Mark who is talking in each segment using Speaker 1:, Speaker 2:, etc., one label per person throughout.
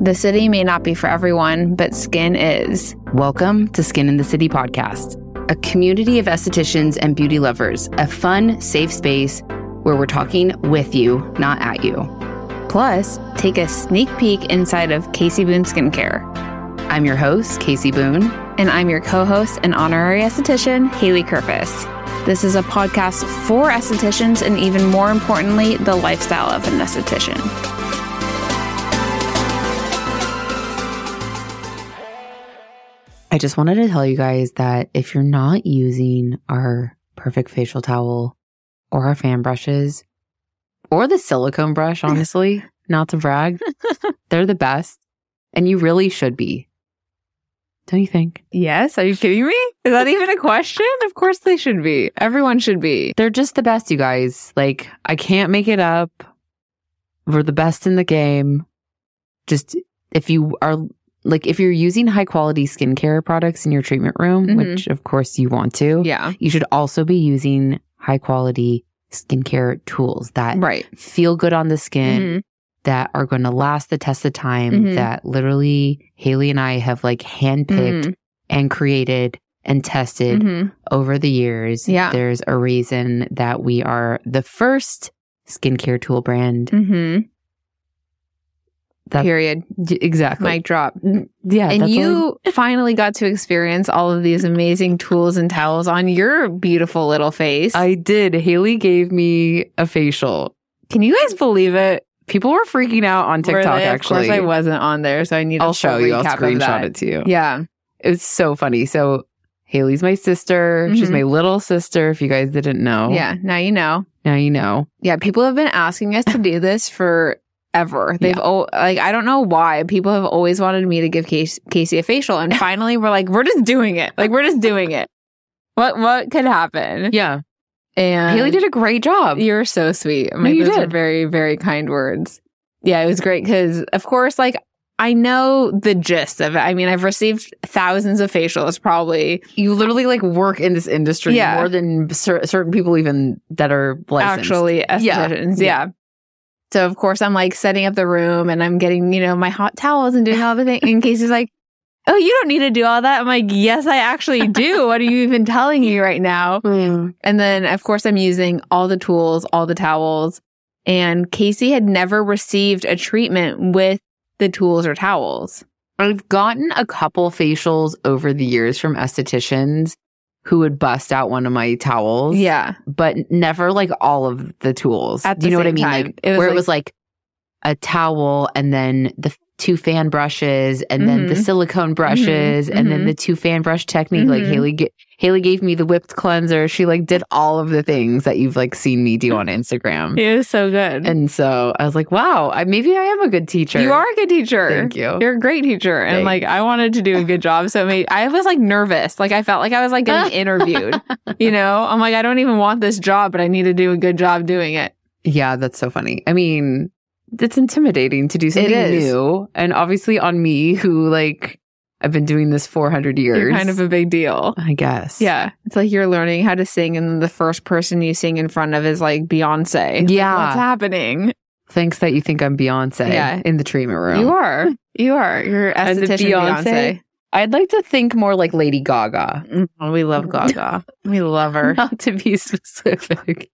Speaker 1: The city may not be for everyone, but skin is.
Speaker 2: Welcome to Skin in the City podcast, a community of estheticians and beauty lovers, a fun, safe space where we're talking with you, not at you.
Speaker 1: Plus, take a sneak peek inside of Casey Boone Skincare.
Speaker 2: I'm your host, Casey Boone.
Speaker 1: And I'm your co host and honorary esthetician, Haley Kerfis. This is a podcast for estheticians and, even more importantly, the lifestyle of an esthetician.
Speaker 2: I just wanted to tell you guys that if you're not using our perfect facial towel or our fan brushes or the silicone brush, honestly, not to brag, they're the best and you really should be. Don't you think?
Speaker 1: Yes? Are you kidding me? Is that even a question? Of course they should be. Everyone should be.
Speaker 2: They're just the best, you guys. Like, I can't make it up. We're the best in the game. Just if you are like, if you're using high quality skincare products in your treatment room,
Speaker 1: Mhm.
Speaker 2: which of course you want to,
Speaker 1: Yeah.
Speaker 2: you should also be using high quality skincare tools that
Speaker 1: Right.
Speaker 2: feel good on the skin,
Speaker 1: Mhm.
Speaker 2: that are going to last the test of time,
Speaker 1: Mhm.
Speaker 2: that literally Haley and I have like handpicked
Speaker 1: Mhm.
Speaker 2: and created and tested
Speaker 1: Mhm.
Speaker 2: over the years.
Speaker 1: Yeah.
Speaker 2: There's a reason that we are the first skincare tool brand.
Speaker 1: Mhm.
Speaker 2: That-
Speaker 1: Period.
Speaker 2: Mm, Exactly. Mm,
Speaker 1: Mic drop.
Speaker 2: yeah.
Speaker 1: and
Speaker 2: that's all I-
Speaker 1: you finally got to experience all of these amazing tools and towels on your beautiful little face.
Speaker 2: I did. Haley gave me a facial.
Speaker 1: Can you guys believe it?
Speaker 2: People were freaking out on
Speaker 1: Were
Speaker 2: TikTok.
Speaker 1: they?
Speaker 2: actually,
Speaker 1: Of course, I wasn't on there, so I need. a
Speaker 2: I'll
Speaker 1: full
Speaker 2: show you. I'll
Speaker 1: recap of
Speaker 2: screenshot
Speaker 1: that.
Speaker 2: it to you.
Speaker 1: Yeah.
Speaker 2: It was so funny. So Haley's my sister. She's
Speaker 1: Mhm.
Speaker 2: my little sister. If you guys didn't know,
Speaker 1: Yeah. Now you know.
Speaker 2: now you know.
Speaker 1: Yeah. People have been asking us to do this for. Ever. They've all like I don't know why people have always wanted me to give Case- Casey a facial, and finally we're like we're just doing it. Like we're just doing it. What what could happen?
Speaker 2: Yeah,
Speaker 1: And
Speaker 2: Haley did a great job.
Speaker 1: You're so sweet.
Speaker 2: No, you
Speaker 1: those are
Speaker 2: did.
Speaker 1: very, very kind words. Yeah, it was great because, of course, like I know the gist of it. I mean, I've received thousands of facials, probably
Speaker 2: You literally like work in this industry
Speaker 1: Yeah.
Speaker 2: more than cer- certain people even that are licensed.
Speaker 1: actually estheticians. Yeah.
Speaker 2: Yeah.
Speaker 1: So of course I'm like setting up the room and I'm getting you know my hot towels and doing all the thing. And Casey's like, "Oh, you don't need to do all that." I'm like, "Yes, I actually do. what are you even telling me right now?"
Speaker 2: Oh,
Speaker 1: And then, of course, I'm using all the tools, all the towels. And Casey had never received a treatment with the tools or towels.
Speaker 2: I've gotten a couple facials over the years from estheticians who would bust out one of my towels.
Speaker 1: Yeah.
Speaker 2: But never like all of the tools.
Speaker 1: At
Speaker 2: Do you
Speaker 1: the
Speaker 2: know what I
Speaker 1: same
Speaker 2: mean?
Speaker 1: time.
Speaker 2: Like
Speaker 1: It was
Speaker 2: where
Speaker 1: like-
Speaker 2: it was like a towel and then the f- two fan brushes and then the
Speaker 1: Mhm.
Speaker 2: silicone brushes and
Speaker 1: mhm.
Speaker 2: then the two fan brush technique. Like
Speaker 1: Mhm.
Speaker 2: Haley ga- Haley gave me the whipped cleanser. She like did all of the things that you've like seen me do on Instagram.
Speaker 1: It was so good.
Speaker 2: And so I was like, wow, I, maybe I am a good teacher.
Speaker 1: You are a good teacher.
Speaker 2: Thank you.
Speaker 1: You're a great teacher. And like,
Speaker 2: Thanks.
Speaker 1: I wanted to do a good job. So it made, I was like nervous. Like, I felt like I was like getting interviewed. You know, I'm like, I don't even want this job, but I need to do a good job doing it.
Speaker 2: Yeah, that's so funny. I mean, it's intimidating to do something
Speaker 1: is.
Speaker 2: new. And obviously on me, who like, I've been doing this 400 years.
Speaker 1: You're kind of a big deal.
Speaker 2: I guess.
Speaker 1: Yeah. It's like you're learning how to sing, and the first person you sing in front of is like Beyonce.
Speaker 2: Yeah.
Speaker 1: What's happening?
Speaker 2: Thanks that you think I'm Beyonce
Speaker 1: Yeah.
Speaker 2: in the treatment room.
Speaker 1: You are. You are. You're
Speaker 2: And the
Speaker 1: esthetician Beyonce.
Speaker 2: Beyonce? I'd like to think more like Lady Gaga,
Speaker 1: Oh, we love Gaga. we love her.
Speaker 2: not to be specific.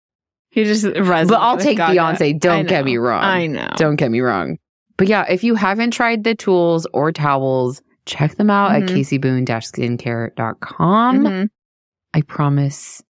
Speaker 1: You just resonate
Speaker 2: but I'll
Speaker 1: with
Speaker 2: take
Speaker 1: Gaga.
Speaker 2: Beyonce.
Speaker 1: I
Speaker 2: Don't
Speaker 1: know.
Speaker 2: get me wrong.
Speaker 1: I know.
Speaker 2: Don't get me wrong. But yeah, if you haven't tried the tools or towels, check them out
Speaker 1: Mhm.
Speaker 2: at caseyboone-skincare.com.
Speaker 1: Mhm.
Speaker 2: I promise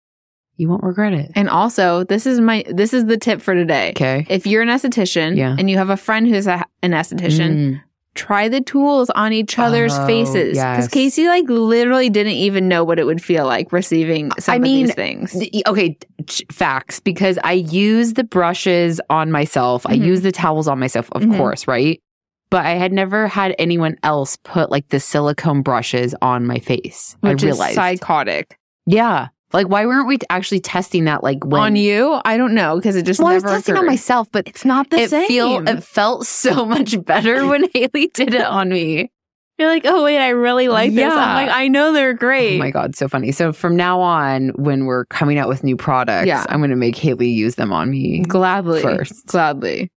Speaker 2: you won't regret it.
Speaker 1: And also, this is my this is the tip for today.
Speaker 2: Okay.
Speaker 1: If you're an esthetician
Speaker 2: Yeah.
Speaker 1: and you have a friend who's a, an esthetician,
Speaker 2: Mm.
Speaker 1: try the tools on each other's
Speaker 2: Oh,
Speaker 1: faces because
Speaker 2: yes.
Speaker 1: Casey like literally didn't even know what it would feel like receiving some
Speaker 2: I
Speaker 1: of
Speaker 2: mean,
Speaker 1: these things.
Speaker 2: The- Okay, ch- facts because I use the brushes on myself. I
Speaker 1: Mhm.
Speaker 2: use the towels on myself, of
Speaker 1: Mhm.
Speaker 2: course, right? But I had never had anyone else put like the silicone brushes on my face.
Speaker 1: Which
Speaker 2: I
Speaker 1: is
Speaker 2: realized.
Speaker 1: psychotic
Speaker 2: yeah. Like, why weren't we actually testing that? Like, when
Speaker 1: on you. I don't know because it just
Speaker 2: Well, I was
Speaker 1: never
Speaker 2: testing on
Speaker 1: occurred.
Speaker 2: myself, but
Speaker 1: It's not the
Speaker 2: it
Speaker 1: same.
Speaker 2: feel it felt so much better when Haley did it on me.
Speaker 1: You're like, oh wait, I really like this.
Speaker 2: Yeah.
Speaker 1: I'm like, I know they're great.
Speaker 2: Oh my god, so funny. So from now on, when we're coming out with new products,
Speaker 1: Yeah.
Speaker 2: I'm gonna make Haley use them on me.
Speaker 1: Gladly.
Speaker 2: First.
Speaker 1: Gladly.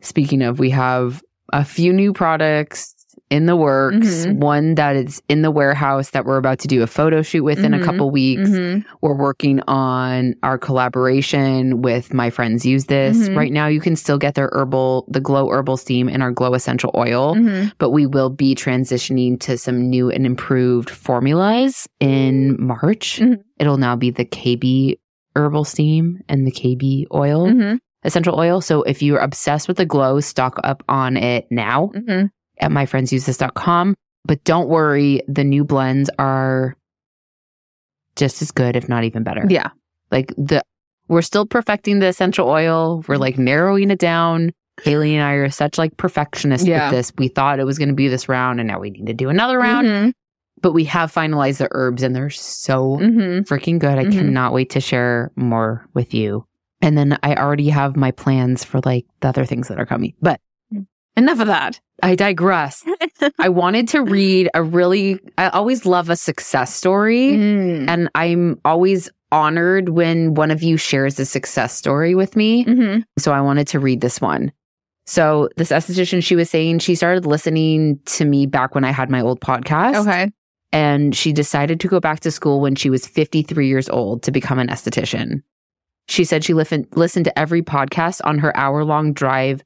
Speaker 2: Speaking of, we have a few new products in the works.
Speaker 1: Mhm.
Speaker 2: One that is in the warehouse that we're about to do a photo shoot with in
Speaker 1: Mhm.
Speaker 2: a couple weeks.
Speaker 1: Mhm.
Speaker 2: We're working on our collaboration with my friends use this.
Speaker 1: Mhm.
Speaker 2: Right now you can still get their herbal, the glow herbal steam and our glow essential oil,
Speaker 1: Mhm.
Speaker 2: but we will be transitioning to some new and improved formulas in March.
Speaker 1: Mhm.
Speaker 2: It'll now be the KB herbal steam and the KB oil,
Speaker 1: Mhm.
Speaker 2: essential oil. So if you're obsessed with the glow, stock up on it now
Speaker 1: Mhm.
Speaker 2: at myfriendsusethes.com. But don't worry, the new blends are just as good, if not even better.
Speaker 1: Yeah.
Speaker 2: Like the we're still perfecting the essential oil. We're like narrowing it down. Haley and I are such like perfectionists
Speaker 1: Yeah.
Speaker 2: with this. We thought it was going to be this round and now we need to do another round.
Speaker 1: Mhm.
Speaker 2: But we have finalized the herbs and they're so
Speaker 1: Mhm.
Speaker 2: freaking good. I
Speaker 1: Mhm.
Speaker 2: cannot wait to share more with you. And then I already have my plans for like the other things that are coming. But
Speaker 1: Enough of that.
Speaker 2: I digress. I wanted to read a really, I always love a success story.
Speaker 1: Mm.
Speaker 2: And I'm always honored when one of you shares a success story with me.
Speaker 1: Mhm.
Speaker 2: So I wanted to read this one. So, this esthetician, she was saying she started listening to me back when I had my old podcast.
Speaker 1: Okay.
Speaker 2: And she decided to go back to school when she was 53 years old to become an esthetician. She said she lif- listened to every podcast on her hour long drive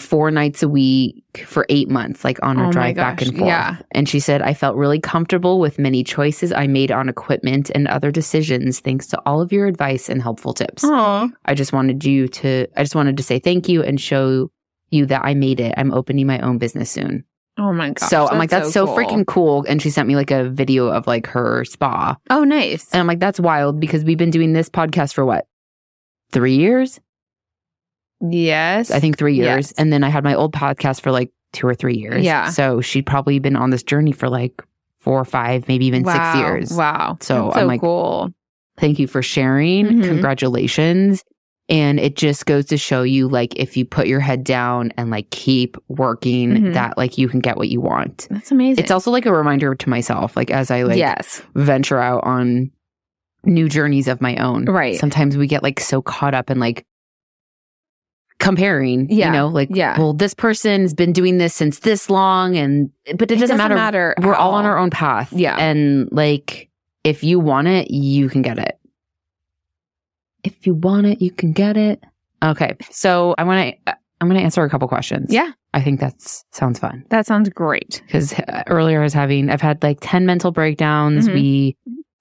Speaker 2: four nights a week for eight months, like on her
Speaker 1: Oh my
Speaker 2: drive back
Speaker 1: gosh,
Speaker 2: and forth.
Speaker 1: yeah.
Speaker 2: And she said, I felt really comfortable with many choices I made on equipment and other decisions thanks to all of your advice and helpful tips.
Speaker 1: Oh.
Speaker 2: I just wanted you to, I just wanted to say thank you and show you that I made it. I'm opening my own business soon
Speaker 1: Oh my gosh.
Speaker 2: so I'm like, that's so,
Speaker 1: cool.
Speaker 2: freaking cool. And she sent me like a video of like her spa.
Speaker 1: Oh, nice.
Speaker 2: And I'm like, that's wild because we've been doing this podcast for what? Three years?
Speaker 1: yes.
Speaker 2: I think three years.
Speaker 1: Yes.
Speaker 2: And then I had my old podcast for like two or three years.
Speaker 1: Yeah.
Speaker 2: So she'd probably been on this journey for like four or five, maybe even
Speaker 1: Wow.
Speaker 2: six years.
Speaker 1: Wow.
Speaker 2: So
Speaker 1: That's
Speaker 2: I'm
Speaker 1: so
Speaker 2: like-
Speaker 1: cool.
Speaker 2: Thank you for sharing.
Speaker 1: Mhm.
Speaker 2: Congratulations. And it just goes to show you like if you put your head down and like keep working
Speaker 1: Mhm.
Speaker 2: that like you can get what you want.
Speaker 1: That's amazing.
Speaker 2: It's also like a reminder to myself, like as I like
Speaker 1: yes.
Speaker 2: venture out on new journeys of my own.
Speaker 1: Right.
Speaker 2: Sometimes we get like so caught up in like comparing,
Speaker 1: Yeah.
Speaker 2: you know, like,
Speaker 1: Yeah.
Speaker 2: well, this person's been doing this since this long. And, but it, doesn't, matter. We're all on our own path.
Speaker 1: Yeah.
Speaker 2: And like, if you want it, you can get it. If you want it, you can get it. Okay. So I want to, I'm going to answer a couple questions.
Speaker 1: Yeah.
Speaker 2: I think that's sounds fun
Speaker 1: That sounds great.
Speaker 2: because earlier I was having, I've had like 10 mental breakdowns.
Speaker 1: Mhm.
Speaker 2: We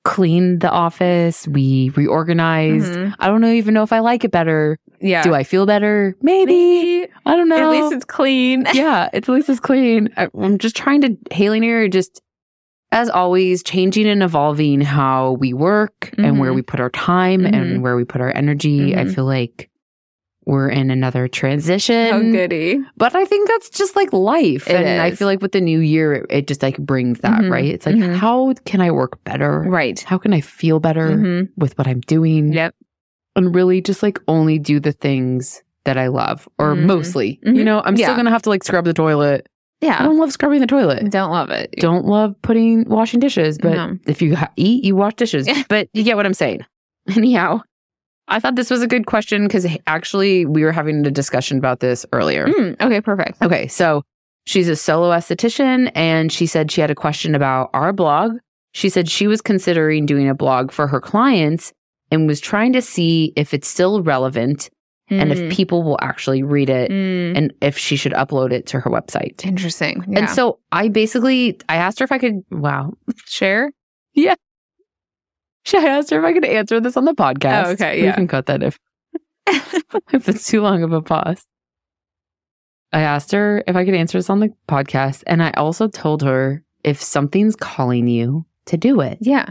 Speaker 2: cleaned the office, we reorganized.
Speaker 1: Mhm.
Speaker 2: I don't know, even know if I like it better.
Speaker 1: Yeah.
Speaker 2: Do I feel better? Maybe. I don't know.
Speaker 1: At least it's clean.
Speaker 2: yeah, it's, at least it's clean. I, I'm just trying to, Haley and I are just, as always, changing and evolving how we work and where
Speaker 1: Mhm.
Speaker 2: we put our time
Speaker 1: Mhm.
Speaker 2: and where we put our energy. I
Speaker 1: Mhm.
Speaker 2: feel like we're in another transition.
Speaker 1: Oh, goody.
Speaker 2: But I think that's just like life.
Speaker 1: It
Speaker 2: and I
Speaker 1: is.
Speaker 2: feel like with the new year, it, it just like brings that,
Speaker 1: Mhm.
Speaker 2: right? It's like,
Speaker 1: Mhm.
Speaker 2: how can I work better?
Speaker 1: Right.
Speaker 2: How can I feel better
Speaker 1: Mhm.
Speaker 2: with what I'm doing?
Speaker 1: Yep.
Speaker 2: And really just like only do the things that I love or
Speaker 1: Mhm.
Speaker 2: mostly.
Speaker 1: Mhm.
Speaker 2: You know, I'm
Speaker 1: Yeah.
Speaker 2: still going to have to like scrub the toilet. I
Speaker 1: Yeah.
Speaker 2: don't love scrubbing the toilet.
Speaker 1: Don't love it.
Speaker 2: Don't love putting washing dishes, but
Speaker 1: No.
Speaker 2: if you ha- eat, you wash dishes. but you get what I'm saying. Anyhow, I thought this was a good question because actually we were having a discussion about this earlier.
Speaker 1: Mm, okay, perfect.
Speaker 2: Okay, so she's a solo esthetician and she said she had a question about our blog. She said she was considering doing a blog for her clients and was trying to see if it's still relevant and if people will actually read it
Speaker 1: Mm.
Speaker 2: and if she should upload it to her website.
Speaker 1: Interesting. Yeah.
Speaker 2: And so I basically I asked her if I could wow.
Speaker 1: share.
Speaker 2: She I asked her if I could answer this on the podcast.
Speaker 1: Oh, okay,
Speaker 2: We
Speaker 1: yeah.
Speaker 2: can cut that if if it's too long of a pause. I asked her if I could answer this on the podcast, and I also told her if something's calling you to do it.
Speaker 1: yeah.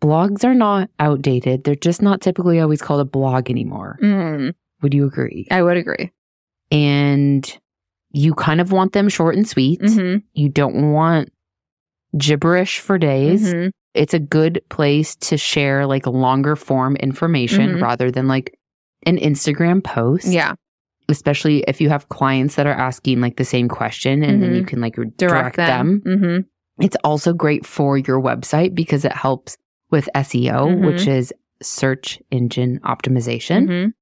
Speaker 2: Blogs are not outdated; they're just not typically always called a blog anymore.
Speaker 1: Mm,
Speaker 2: Would you agree?
Speaker 1: I would agree.
Speaker 2: And you kind of want them short and sweet.
Speaker 1: Mhm.
Speaker 2: You don't want gibberish for days.
Speaker 1: Mhm.
Speaker 2: it's a good place to share like longer form information
Speaker 1: Mhm.
Speaker 2: rather than like an Instagram post.
Speaker 1: Yeah.
Speaker 2: Especially if you have clients that are asking like the same question and then
Speaker 1: Mhm.
Speaker 2: you can like Mm-hmm.
Speaker 1: Direct,
Speaker 2: direct, them. Mm-hmm.
Speaker 1: them. Mhm.
Speaker 2: It's also great for your website because it helps with SEO,
Speaker 1: Mhm.
Speaker 2: which is search engine optimization.
Speaker 1: Mhm.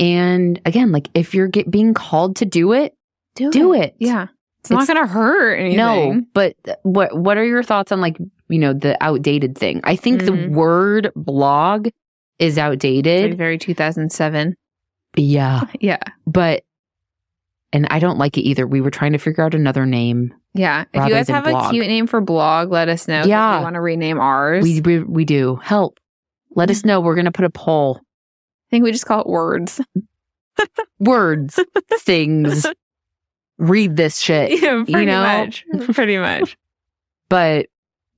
Speaker 2: And again, like if you're get, being called to do it,
Speaker 1: do,
Speaker 2: Do it.
Speaker 1: Yeah. It's,
Speaker 2: It's-
Speaker 1: not going to hurt anything.
Speaker 2: No, but th- what what are your thoughts on like you know the outdated thing? I think
Speaker 1: Mhm.
Speaker 2: the word blog is
Speaker 1: Like
Speaker 2: outdated.
Speaker 1: very 2007.
Speaker 2: Yeah,
Speaker 1: Yeah.
Speaker 2: but and I don't like it either. We were trying to figure out another name.
Speaker 1: Yeah. If
Speaker 2: Rather
Speaker 1: you guys
Speaker 2: than
Speaker 1: have
Speaker 2: blog.
Speaker 1: a cute name for blog, let us know.
Speaker 2: Yeah.
Speaker 1: If you want to rename ours.
Speaker 2: We we, we do help. Let
Speaker 1: Mm.
Speaker 2: us know. We're gonna put a poll.
Speaker 1: I think we just call it words.
Speaker 2: Words, things. Read this shit,
Speaker 1: yeah, pretty
Speaker 2: know?
Speaker 1: much. Pretty much.
Speaker 2: but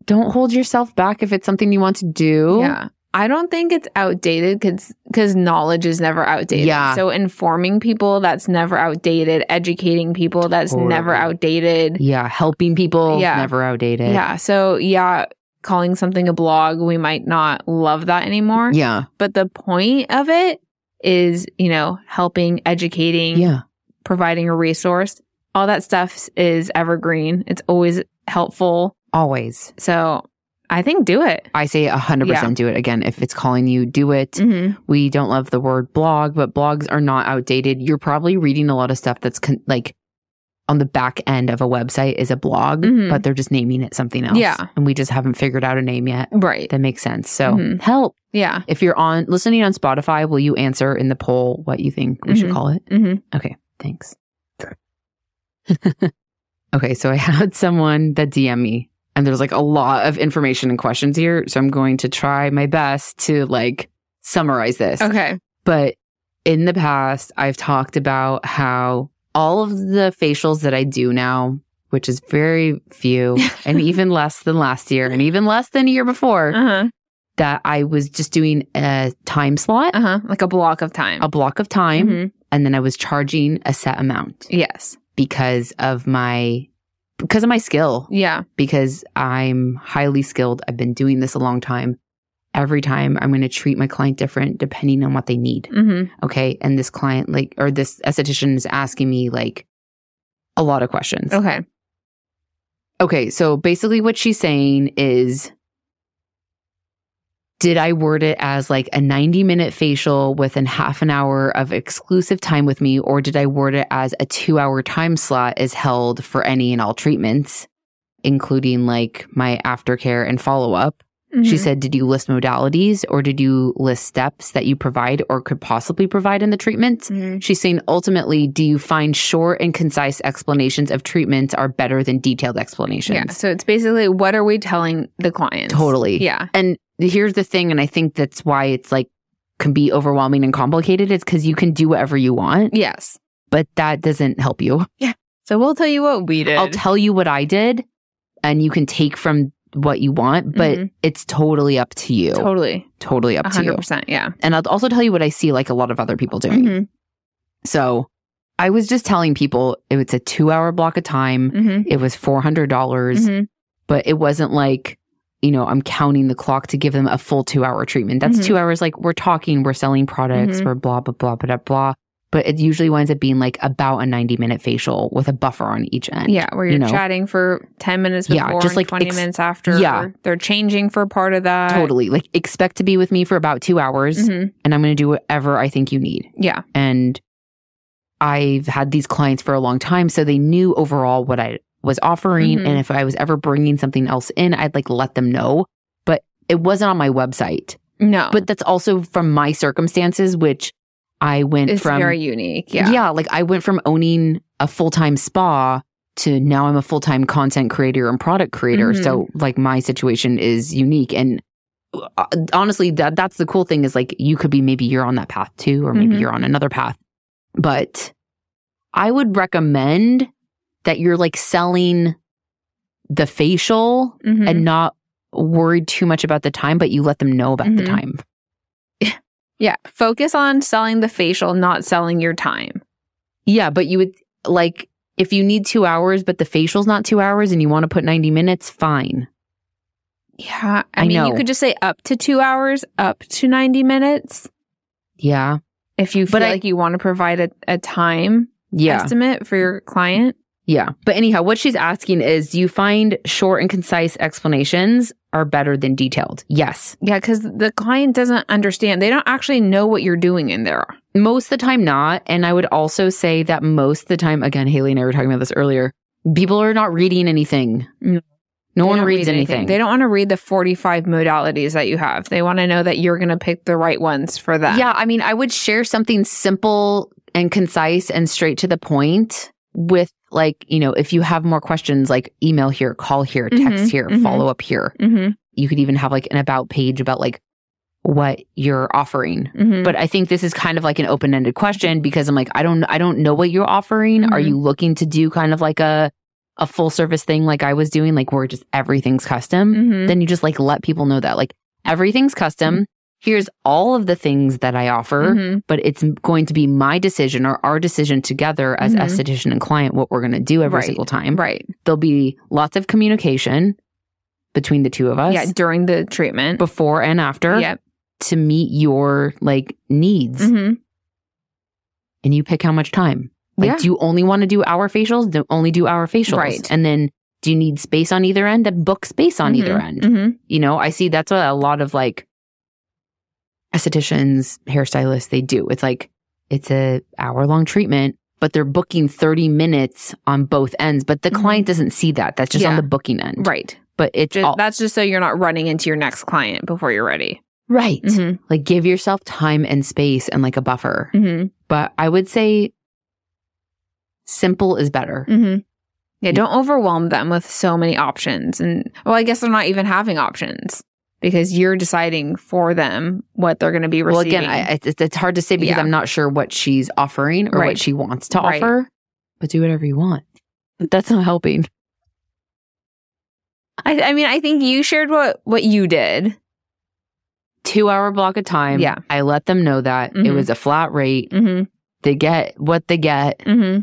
Speaker 2: don't hold yourself back if it's something you want to do.
Speaker 1: Yeah. I don't think it's outdated because knowledge is never outdated.
Speaker 2: Yeah.
Speaker 1: So informing people that's never outdated, educating people that's never
Speaker 2: Totally.
Speaker 1: outdated.
Speaker 2: Yeah, helping people
Speaker 1: Yeah.
Speaker 2: never outdated.
Speaker 1: Yeah. So yeah, calling something a blog, we might not love that anymore.
Speaker 2: yeah,
Speaker 1: But the point of it is, you know, helping, educating,
Speaker 2: yeah.
Speaker 1: providing a resource. All that stuff is evergreen. It's always helpful.
Speaker 2: Always.
Speaker 1: So I think do it.
Speaker 2: I say 100%
Speaker 1: Yeah.
Speaker 2: do it again. If it's calling you, do it.
Speaker 1: Mm-hmm.
Speaker 2: We don't love the word blog, but blogs are not outdated. You're probably reading a lot of stuff that's con- like on the back end of a website is a blog,
Speaker 1: Mhm.
Speaker 2: but they're just naming it something else.
Speaker 1: Yeah.
Speaker 2: And we just haven't figured out a name yet.
Speaker 1: Right.
Speaker 2: That makes sense. So
Speaker 1: Mhm.
Speaker 2: help.
Speaker 1: Yeah.
Speaker 2: If you're on listening on Spotify, will you answer in the poll what you think we should
Speaker 1: Mhm.
Speaker 2: call it?
Speaker 1: Mm-hmm.
Speaker 2: Thanks. okay, so I had someone that DM me, and there's like a lot of information and questions here. So I'm going to try my best to like summarize this.
Speaker 1: Okay.
Speaker 2: But in the past, I've talked about how all of the facials that I do now, which is very few, and even less than last year, and even less than a year before,
Speaker 1: Uh-huh.
Speaker 2: that I was just doing a time slot,
Speaker 1: Uh-huh. Like a block of time.
Speaker 2: a block of time,
Speaker 1: Mhm.
Speaker 2: and then I was charging a set amount
Speaker 1: Yes.
Speaker 2: because of my because of my skill
Speaker 1: Yeah.
Speaker 2: because I'm highly skilled. I've been doing this a long time. Every time I'm going to treat my client different depending on what they need.
Speaker 1: Mm-hmm.
Speaker 2: Okay? And this client like or this esthetician is asking me like a lot of questions.
Speaker 1: Okay.
Speaker 2: Okay, so basically what she's saying is did I word it as like a 90 minute facial with an half an hour of exclusive time with me, or did I word it as a two hour time slot is held for any and all treatments, including like my aftercare and follow up? She
Speaker 1: Mhm.
Speaker 2: said, Did you list modalities or did you list steps that you provide or could possibly provide in the treatment?
Speaker 1: Mhm.
Speaker 2: She's saying, ultimately, do you find short and concise explanations of treatments are better than detailed explanations?
Speaker 1: Yeah. So it's basically what are we telling the clients?
Speaker 2: Totally.
Speaker 1: Yeah.
Speaker 2: And here's the thing, and I think that's why it's like can be overwhelming and complicated, is because you can do whatever you want,
Speaker 1: Yes.
Speaker 2: but that doesn't help you.
Speaker 1: So we'll tell you what we did.
Speaker 2: I'll tell you what I did, and you can take from what you want, but
Speaker 1: Mhm.
Speaker 2: it's totally up to you.
Speaker 1: totally.
Speaker 2: Totally up to you.
Speaker 1: 100%. Yeah.
Speaker 2: And I'll also tell you what I see like a lot of other people doing.
Speaker 1: Mhm.
Speaker 2: So I was just telling people it was a two hour block of time.
Speaker 1: Mhm.
Speaker 2: It was $400. dollars
Speaker 1: Mhm.
Speaker 2: but it wasn't like you know i'm counting the clock to give them a full two hour treatment that's
Speaker 1: Mhm.
Speaker 2: two hours like we're talking we're selling products
Speaker 1: Mhm.
Speaker 2: we're blah blah blah blah blah but it usually winds up being like about a 90 minute facial with a buffer on each end
Speaker 1: Yeah, where
Speaker 2: you
Speaker 1: you're
Speaker 2: know.
Speaker 1: chatting for 10 minutes
Speaker 2: Yeah,
Speaker 1: before,
Speaker 2: just
Speaker 1: and
Speaker 2: like
Speaker 1: 20
Speaker 2: ex-
Speaker 1: minutes after.
Speaker 2: Yeah.
Speaker 1: They're changing for part of that.
Speaker 2: totally like expect to be with me for about two hours
Speaker 1: Mhm.
Speaker 2: and i'm going to do whatever i think you need
Speaker 1: Yeah.
Speaker 2: and i've had these clients for a long time so they knew overall what i was offering
Speaker 1: Mhm.
Speaker 2: and if i was ever bringing something else in i'd like let them know but it wasn't on my website
Speaker 1: No.
Speaker 2: but that's also from my circumstances, which I went
Speaker 1: it's
Speaker 2: from
Speaker 1: very unique. Yeah.
Speaker 2: like I went from owning a full time spa to now I'm a full time content creator and product creator.
Speaker 1: Mhm.
Speaker 2: So like my situation is unique and. uh, Honestly, that that's the cool thing is like you could be maybe you're on that path too, or maybe
Speaker 1: Mhm.
Speaker 2: you're on another path. But I would recommend that you're like selling the facial
Speaker 1: Mhm.
Speaker 2: and not worried too much about the time, but you let them know about the
Speaker 1: Mhm.
Speaker 2: time.
Speaker 1: yeah. Focus on selling the facial, not selling your time.
Speaker 2: Yeah, but you would like if you need two hours, but the facial's not two hours and you want to put 90 minutes, fine.
Speaker 1: Yeah. I,
Speaker 2: I
Speaker 1: mean,
Speaker 2: know.
Speaker 1: you could just say up to two hours, up to 90 minutes.
Speaker 2: Yeah.
Speaker 1: If you feel
Speaker 2: But I-
Speaker 1: like you want to provide a, a time
Speaker 2: Yeah.
Speaker 1: estimate for your client.
Speaker 2: Yeah. But anyhow, what she's asking is do you find short and concise explanations are better than detailed? Yes.
Speaker 1: Yeah. Cause the client doesn't understand. They don't actually know what you're doing in there.
Speaker 2: Most of the time, not. And I would also say that most of the time, again, Haley and I were talking about this earlier, people are not reading anything.
Speaker 1: No.
Speaker 2: No
Speaker 1: They
Speaker 2: one
Speaker 1: don't
Speaker 2: reads
Speaker 1: read
Speaker 2: anything.
Speaker 1: They don't want to read the 45 modalities that you have. They want to know that you're going to pick the right ones for them.
Speaker 2: Yeah, I mean, I would share something simple and concise and straight to the point with like, you know, if you have more questions, like email here, call here, text
Speaker 1: Mhm,
Speaker 2: here,
Speaker 1: mhm.
Speaker 2: follow up here.
Speaker 1: Mm-hmm,
Speaker 2: You could even have like an about page about like what you're offering.
Speaker 1: mm-hmm.
Speaker 2: But I think this is kind of like an open-ended question because I'm like, I don't I don't know what you're offering. Are
Speaker 1: Mhm.
Speaker 2: you looking to do kind of like a a full service thing like I was doing, like where just everything's custom?
Speaker 1: Mhm.
Speaker 2: then you just like let people know that like everything's
Speaker 1: Mm-hmm.
Speaker 2: custom. Here's all of the things that I offer,
Speaker 1: Mhm.
Speaker 2: but it's going to be my decision or our decision together as
Speaker 1: Mhm.
Speaker 2: esthetician and client what we're going to do every
Speaker 1: Right.
Speaker 2: single time.
Speaker 1: Right.
Speaker 2: There'll be lots of communication between the two of us
Speaker 1: Yeah. During the treatment.
Speaker 2: before and after
Speaker 1: Yep.
Speaker 2: to meet your like needs
Speaker 1: Mhm.
Speaker 2: and you pick how much time. Like
Speaker 1: Mm-hmm. yeah.
Speaker 2: do you only want to do hour facials? Do only do hour facials.
Speaker 1: Right.
Speaker 2: And then do you need space on either end? Then book space on either
Speaker 1: Mhm.
Speaker 2: end.
Speaker 1: Mhm.
Speaker 2: You know, I see that's what a lot of like estheticians, hairstylists, they do. It's like it's a hour long treatment, but they're booking 30 minutes on both ends. But the
Speaker 1: Mhm.
Speaker 2: client doesn't see that. That's just on
Speaker 1: Yeah.
Speaker 2: the booking end.
Speaker 1: Right.
Speaker 2: But it's
Speaker 1: Ju-
Speaker 2: all,
Speaker 1: that's just so you're not running into your next client before you're ready.
Speaker 2: right.
Speaker 1: Mhm.
Speaker 2: Like give yourself time and space and like a buffer.
Speaker 1: Mhm.
Speaker 2: But I would say simple is better.
Speaker 1: Mhm. Yeah. Don't overwhelm them with so many options. And well, I guess they're not even having options because you're deciding for them what they're going to be
Speaker 2: Well,
Speaker 1: receiving.
Speaker 2: again, I, it's, it's hard to say because
Speaker 1: Yeah.
Speaker 2: I'm not sure what she's offering or what
Speaker 1: Right.
Speaker 2: she wants to
Speaker 1: Right.
Speaker 2: offer, but do whatever you want. That's not helping.
Speaker 1: I, I mean, I think you shared what what you did.
Speaker 2: two hour block of time.
Speaker 1: Yeah.
Speaker 2: I let them know that it
Speaker 1: Mhm.
Speaker 2: was a flat rate.
Speaker 1: Mm-hmm.
Speaker 2: They get what they get,
Speaker 1: Mm-hmm.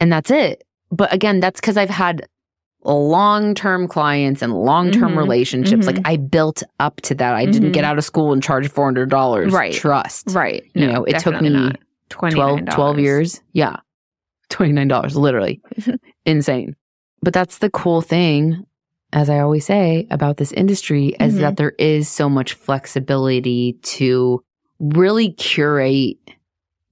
Speaker 2: and that's it. But again, that's because I've had long term clients and long term
Speaker 1: Mhm. Mhm.
Speaker 2: relationships. Like I built up to that. I didn't
Speaker 1: Mhm.
Speaker 2: get out of school and charge $400.
Speaker 1: Right.
Speaker 2: Trust.
Speaker 1: Right.
Speaker 2: You know, it took
Speaker 1: definitely
Speaker 2: me
Speaker 1: not.
Speaker 2: 12, 12
Speaker 1: $29.
Speaker 2: years. Yeah. $29, literally. Insane. But that's the cool thing, as I always say about this industry, is
Speaker 1: Mhm.
Speaker 2: that there is so much flexibility to really curate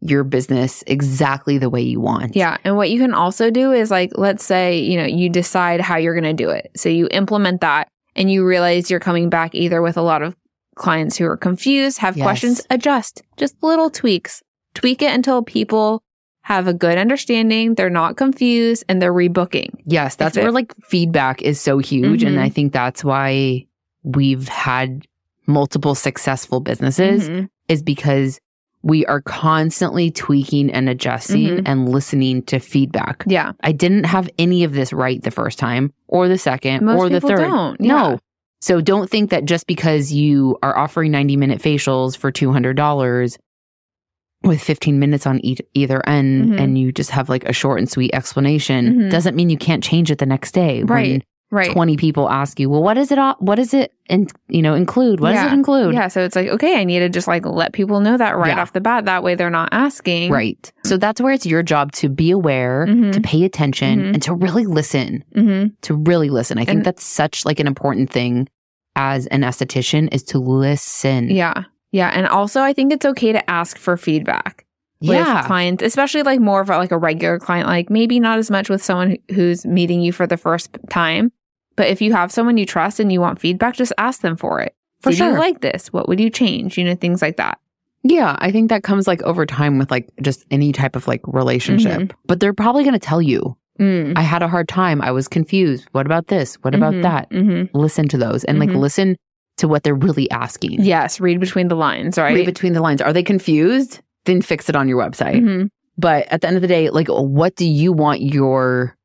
Speaker 2: your business exactly the way you want.
Speaker 1: Yeah. And what you can also do is like, let's say, you know, you decide how you're going to do it. So you implement that and you realize you're coming back either with a lot of clients who are confused, have
Speaker 2: Yes.
Speaker 1: questions, adjust, just little tweaks. Tweak it until people have a good understanding, they're not confused, and they're rebooking.
Speaker 2: Yes, that's
Speaker 1: it.
Speaker 2: where like feedback is so huge. And
Speaker 1: Mhm.
Speaker 2: I think that's why we've had multiple successful businesses
Speaker 1: Mhm.
Speaker 2: is because we are constantly tweaking and adjusting
Speaker 1: Mhm.
Speaker 2: and listening to feedback.
Speaker 1: Yeah.
Speaker 2: I didn't have any of this right the first time or the second
Speaker 1: Most
Speaker 2: or the
Speaker 1: people
Speaker 2: 3rd
Speaker 1: don't.
Speaker 2: No. So don't think that just because you are offering 90 minute facials for $200 with 15 minutes on each, either end
Speaker 1: Mhm.
Speaker 2: and you just have like a short and sweet explanation
Speaker 1: Mhm.
Speaker 2: doesn't mean you can't change it the next day.
Speaker 1: Right,
Speaker 2: When
Speaker 1: Right.
Speaker 2: 20 people ask you, well, what is it? o- What does it, in, you know, include? What does
Speaker 1: Yeah.
Speaker 2: it include?
Speaker 1: Yeah. So it's like, okay, I need to just like let people know that right
Speaker 2: Yeah.
Speaker 1: off the bat. That way they're not asking.
Speaker 2: Right. So that's where it's your job to be aware,
Speaker 1: Mhm.
Speaker 2: to pay attention,
Speaker 1: Mhm.
Speaker 2: and to really listen.
Speaker 1: hmm
Speaker 2: To really listen. I think
Speaker 1: And-
Speaker 2: that's such like an important thing as an esthetician is to listen.
Speaker 1: Yeah. Yeah. And also, I think it's okay to ask for feedback with
Speaker 2: Yeah.
Speaker 1: clients, especially like more of a, like a regular client, like maybe not as much with someone who- who's meeting you for the first time. But if you have someone you trust and you want feedback, just ask them for it.
Speaker 2: For
Speaker 1: Did
Speaker 2: sure.
Speaker 1: you like this? What would you change? You know, things like that.
Speaker 2: Yeah. I think that comes like over time with like just any type of like relationship.
Speaker 1: Mm-hmm.
Speaker 2: But they're probably going to tell you,
Speaker 1: Mm.
Speaker 2: I had a hard time. I was confused. What about this? What
Speaker 1: Mhm.
Speaker 2: about that?
Speaker 1: Mhm.
Speaker 2: Listen to those and like
Speaker 1: Mhm.
Speaker 2: listen to what they're really asking.
Speaker 1: Yes. Read between the lines, right?
Speaker 2: Read between the lines. Are they confused? Then fix it on your website.
Speaker 1: Mhm.
Speaker 2: But at the end of the day, like, what do you want your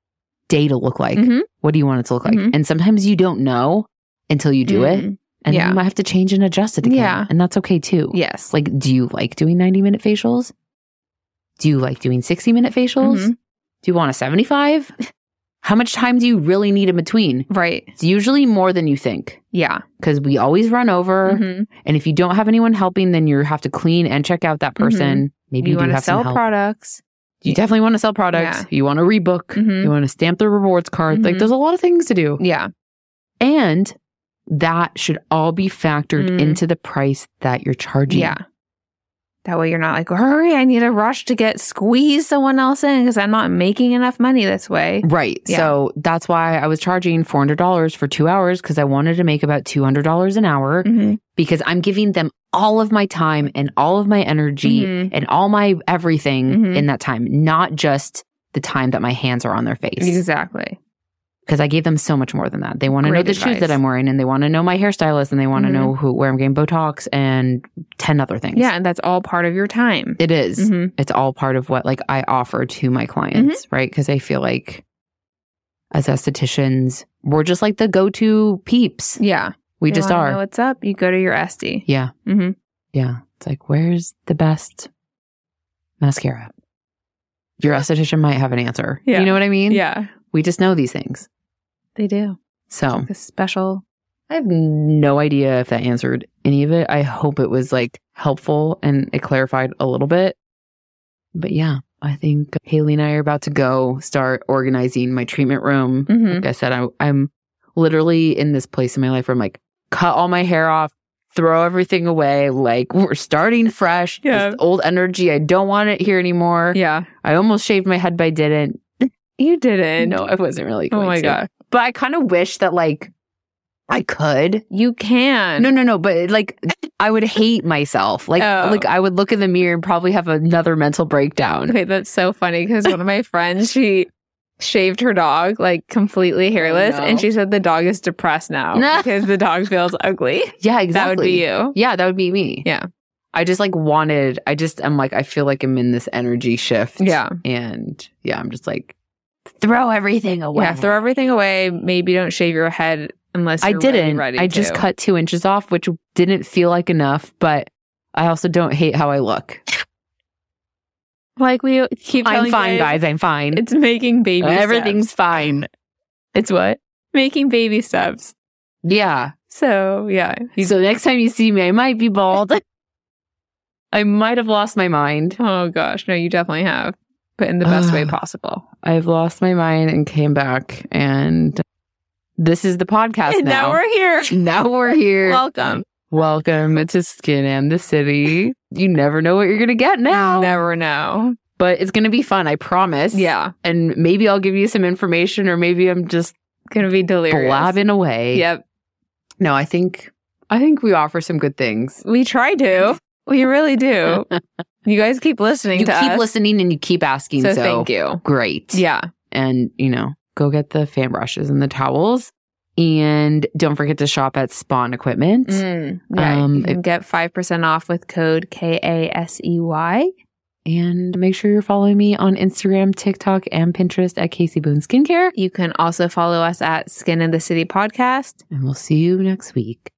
Speaker 2: day to look like?
Speaker 1: Mhm.
Speaker 2: What do you want it to look like?
Speaker 1: Mhm.
Speaker 2: And sometimes you don't know until you do it.
Speaker 1: Mhm.
Speaker 2: And then
Speaker 1: Yeah.
Speaker 2: you might have to change and adjust it again.
Speaker 1: Yeah.
Speaker 2: And that's okay too.
Speaker 1: Yes.
Speaker 2: Like, do you like doing 90 minute facials? Do you like doing 60 minute facials?
Speaker 1: Mhm.
Speaker 2: Do you want a 75? How much time do you really need in between?
Speaker 1: Right.
Speaker 2: It's usually more than you think
Speaker 1: Yeah.
Speaker 2: because we always run over.
Speaker 1: Mhm.
Speaker 2: And if you don't have anyone helping, then you have to clean and check out that person. Maybe
Speaker 1: Mm-hmm. You,
Speaker 2: you, do
Speaker 1: want to
Speaker 2: have
Speaker 1: sell
Speaker 2: some help.
Speaker 1: products.
Speaker 2: You definitely want to sell products.
Speaker 1: Yeah.
Speaker 2: You want to rebook.
Speaker 1: Mhm.
Speaker 2: You want to stamp the rewards card. Like
Speaker 1: Mhm.
Speaker 2: there's a lot of things to do.
Speaker 1: Yeah.
Speaker 2: And that should all be factored
Speaker 1: Mm.
Speaker 2: into the price that you're charging.
Speaker 1: Yeah. That way you're not like, hurry, I need a rush to get squeeze someone else in because I'm not making enough money this way.
Speaker 2: Right.
Speaker 1: Yeah.
Speaker 2: So that's why I was charging $400 for two hours because I wanted to make about $200 an hour
Speaker 1: Mhm.
Speaker 2: because I'm giving them all of my time and all of my energy
Speaker 1: Mhm.
Speaker 2: and all my everything
Speaker 1: Mhm.
Speaker 2: in that time, not just the time that my hands are on their face.
Speaker 1: Exactly.
Speaker 2: Because I gave them so much more than that. They want to know
Speaker 1: Great
Speaker 2: the shoes that
Speaker 1: advice.
Speaker 2: I'm wearing and they want to know my hairstylist and they want to
Speaker 1: Mhm.
Speaker 2: know who, where I'm getting Botox and 10 other things.
Speaker 1: Yeah. And that's all part of your time.
Speaker 2: It is.
Speaker 1: Mhm.
Speaker 2: It's all part of what like I offer to my clients,
Speaker 1: Mm-hmm.
Speaker 2: right? Because I feel like as estheticians, we're just like the go-to peeps.
Speaker 1: Yeah.
Speaker 2: We
Speaker 1: They
Speaker 2: just
Speaker 1: wanna know
Speaker 2: are.
Speaker 1: what's up? You go to your SD.
Speaker 2: Yeah.
Speaker 1: hmm
Speaker 2: Yeah. It's like, where's the best mascara? Your esthetician might have an answer.
Speaker 1: Yeah.
Speaker 2: You know what I mean?
Speaker 1: Yeah.
Speaker 2: We just know these things.
Speaker 1: They do.
Speaker 2: So
Speaker 1: Like a special.
Speaker 2: I have no idea if that answered any of it. I hope it was like helpful and it clarified a little bit. But yeah, I think Haley and I are about to go start organizing my treatment room.
Speaker 1: Mhm.
Speaker 2: Like I said, I, I'm literally in this place in my life where I'm like, cut all my hair off, throw everything away. Like, we're starting fresh.
Speaker 1: Yeah.
Speaker 2: This old energy. I don't want it here anymore.
Speaker 1: Yeah.
Speaker 2: I almost shaved my head, but I didn't.
Speaker 1: You
Speaker 2: And
Speaker 1: didn't.
Speaker 2: no, I wasn't really
Speaker 1: Oh
Speaker 2: going
Speaker 1: my
Speaker 2: to.
Speaker 1: God.
Speaker 2: But I kind of wish that, like, I could.
Speaker 1: You can.
Speaker 2: No, no, no. But like, I would hate myself. Like,
Speaker 1: Oh.
Speaker 2: like I would look in the mirror and probably have another mental breakdown.
Speaker 1: Okay, that's so funny because one of my friends, she shaved her dog like completely hairless,
Speaker 2: Oh, no.
Speaker 1: and she said the dog is depressed now
Speaker 2: Nah.
Speaker 1: because the dog feels ugly.
Speaker 2: Yeah, exactly.
Speaker 1: That would be you.
Speaker 2: Yeah, that would be me.
Speaker 1: Yeah.
Speaker 2: I just like wanted. I just am like I feel like I'm in this energy shift.
Speaker 1: Yeah,
Speaker 2: and yeah, I'm just like throw everything away.
Speaker 1: yeah. Throw everything away. Maybe don't shave your head unless
Speaker 2: I
Speaker 1: you're really
Speaker 2: didn't.
Speaker 1: Ready
Speaker 2: I just
Speaker 1: to.
Speaker 2: cut two inches off, which didn't feel like enough, but. I also don't hate how I look.
Speaker 1: Like we keep.
Speaker 2: I'm
Speaker 1: telling
Speaker 2: fine,
Speaker 1: guys,
Speaker 2: guys. I'm fine.
Speaker 1: It's making baby.
Speaker 2: Everything's
Speaker 1: steps.
Speaker 2: fine. It's what?
Speaker 1: making baby steps.
Speaker 2: Yeah.
Speaker 1: So yeah, you-
Speaker 2: So next time you see me, I might be bald. I might have lost my mind.
Speaker 1: oh gosh, no, you definitely have, but in the best way
Speaker 2: Ugh.
Speaker 1: possible.
Speaker 2: I've lost my mind and came back, and this is the podcast
Speaker 1: And now we're here.
Speaker 2: now we're here.
Speaker 1: Welcome.
Speaker 2: Welcome to Skin and the City. You never know what you're gonna get now,
Speaker 1: Never know.
Speaker 2: but it's gonna be fun. I promise.
Speaker 1: Yeah,
Speaker 2: and maybe I'll give you some information, or maybe I'm just
Speaker 1: gonna be delirious.
Speaker 2: blabbing away.
Speaker 1: Yep.
Speaker 2: No, I think I think we offer some good things.
Speaker 1: We try to. We really do. You guys keep listening
Speaker 2: You
Speaker 1: to
Speaker 2: keep
Speaker 1: us.
Speaker 2: listening and you keep asking.
Speaker 1: so,
Speaker 2: So,
Speaker 1: thank you.
Speaker 2: Great.
Speaker 1: Yeah.
Speaker 2: and you know go get the fan brushes and the towels and don't forget to shop at spawn equipment
Speaker 1: Mm. yeah.
Speaker 2: Um,
Speaker 1: you can get 5% off with code K A S E Y.
Speaker 2: and make sure you're following me on instagram tiktok and pinterest at casey boone skincare
Speaker 1: You can also follow us at Skin in the City Podcast.
Speaker 2: and we'll see you next week